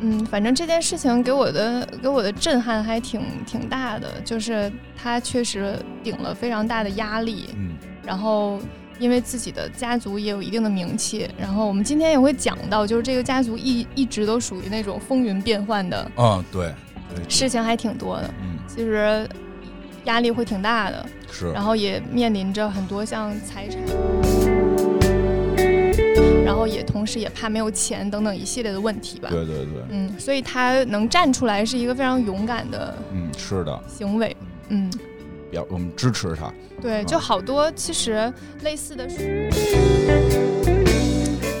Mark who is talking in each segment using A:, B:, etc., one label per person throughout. A: 嗯反正这件事情给我的给我的震撼还挺挺大的，就是他确实顶了非常大的压力，
B: 嗯，
A: 然后因为自己的家族也有一定的名气，然后我们今天也会讲到，就是这个家族一一直都属于那种风云变幻的
B: 啊，对，对，
A: 事情还挺多的，
B: 嗯，
A: 其实压力会挺大的，
B: 是，
A: 然后也面临着很多像财产。然后也同时也怕没有钱等等一系列的问题吧。
B: 对对对，
A: 嗯，所以他能站出来是一个非常勇敢的
B: 嗯，是的，
A: 行为。嗯，
B: 表我们支持他，
A: 对，
B: 嗯
A: 就好多其实类似的是。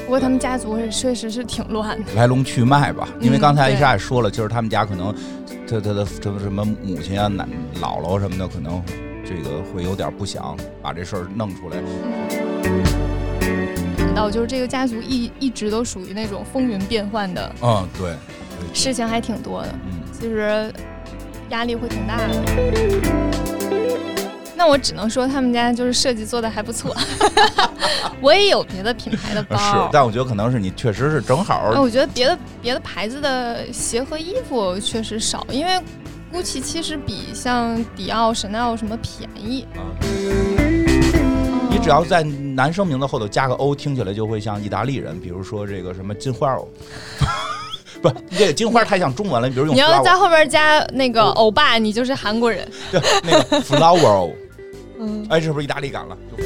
A: 不过他们家族也确实是挺乱的，
B: 来龙去脉吧，因为
A: 嗯
B: 刚才
A: 对
B: 一莎也说了，就是他们家可能他他的什么什么母亲啊、奶姥姥什么的，可能这个会有点不想把这事儿弄出来。
A: 感到就是这个家族一一直都属于那种风云变幻的
B: 嗯，对，
A: 事情还挺多的，
B: 嗯，
A: 其实压力会挺大的。那我只能说他们家就是设计做的还不错， 我也有别的品牌的包，
B: 是，但我觉得可能是你确实是正好
A: 哎，我觉得别的别的牌子的鞋和衣服确实少，因为 GUCCI 其实比像迪奥、Chanel 什么便宜。
B: 你只要在男生名字后头加个 O，听起来就会像意大利人，比如说这个什么金花欧， 不，这个金花太像中文了，你比如用
A: 你要
B: flower，
A: 在后边加那个欧巴，你就是韩国人。
B: 对那个 flower，欧
A: 嗯，
B: 哎，是不是意大利感了？就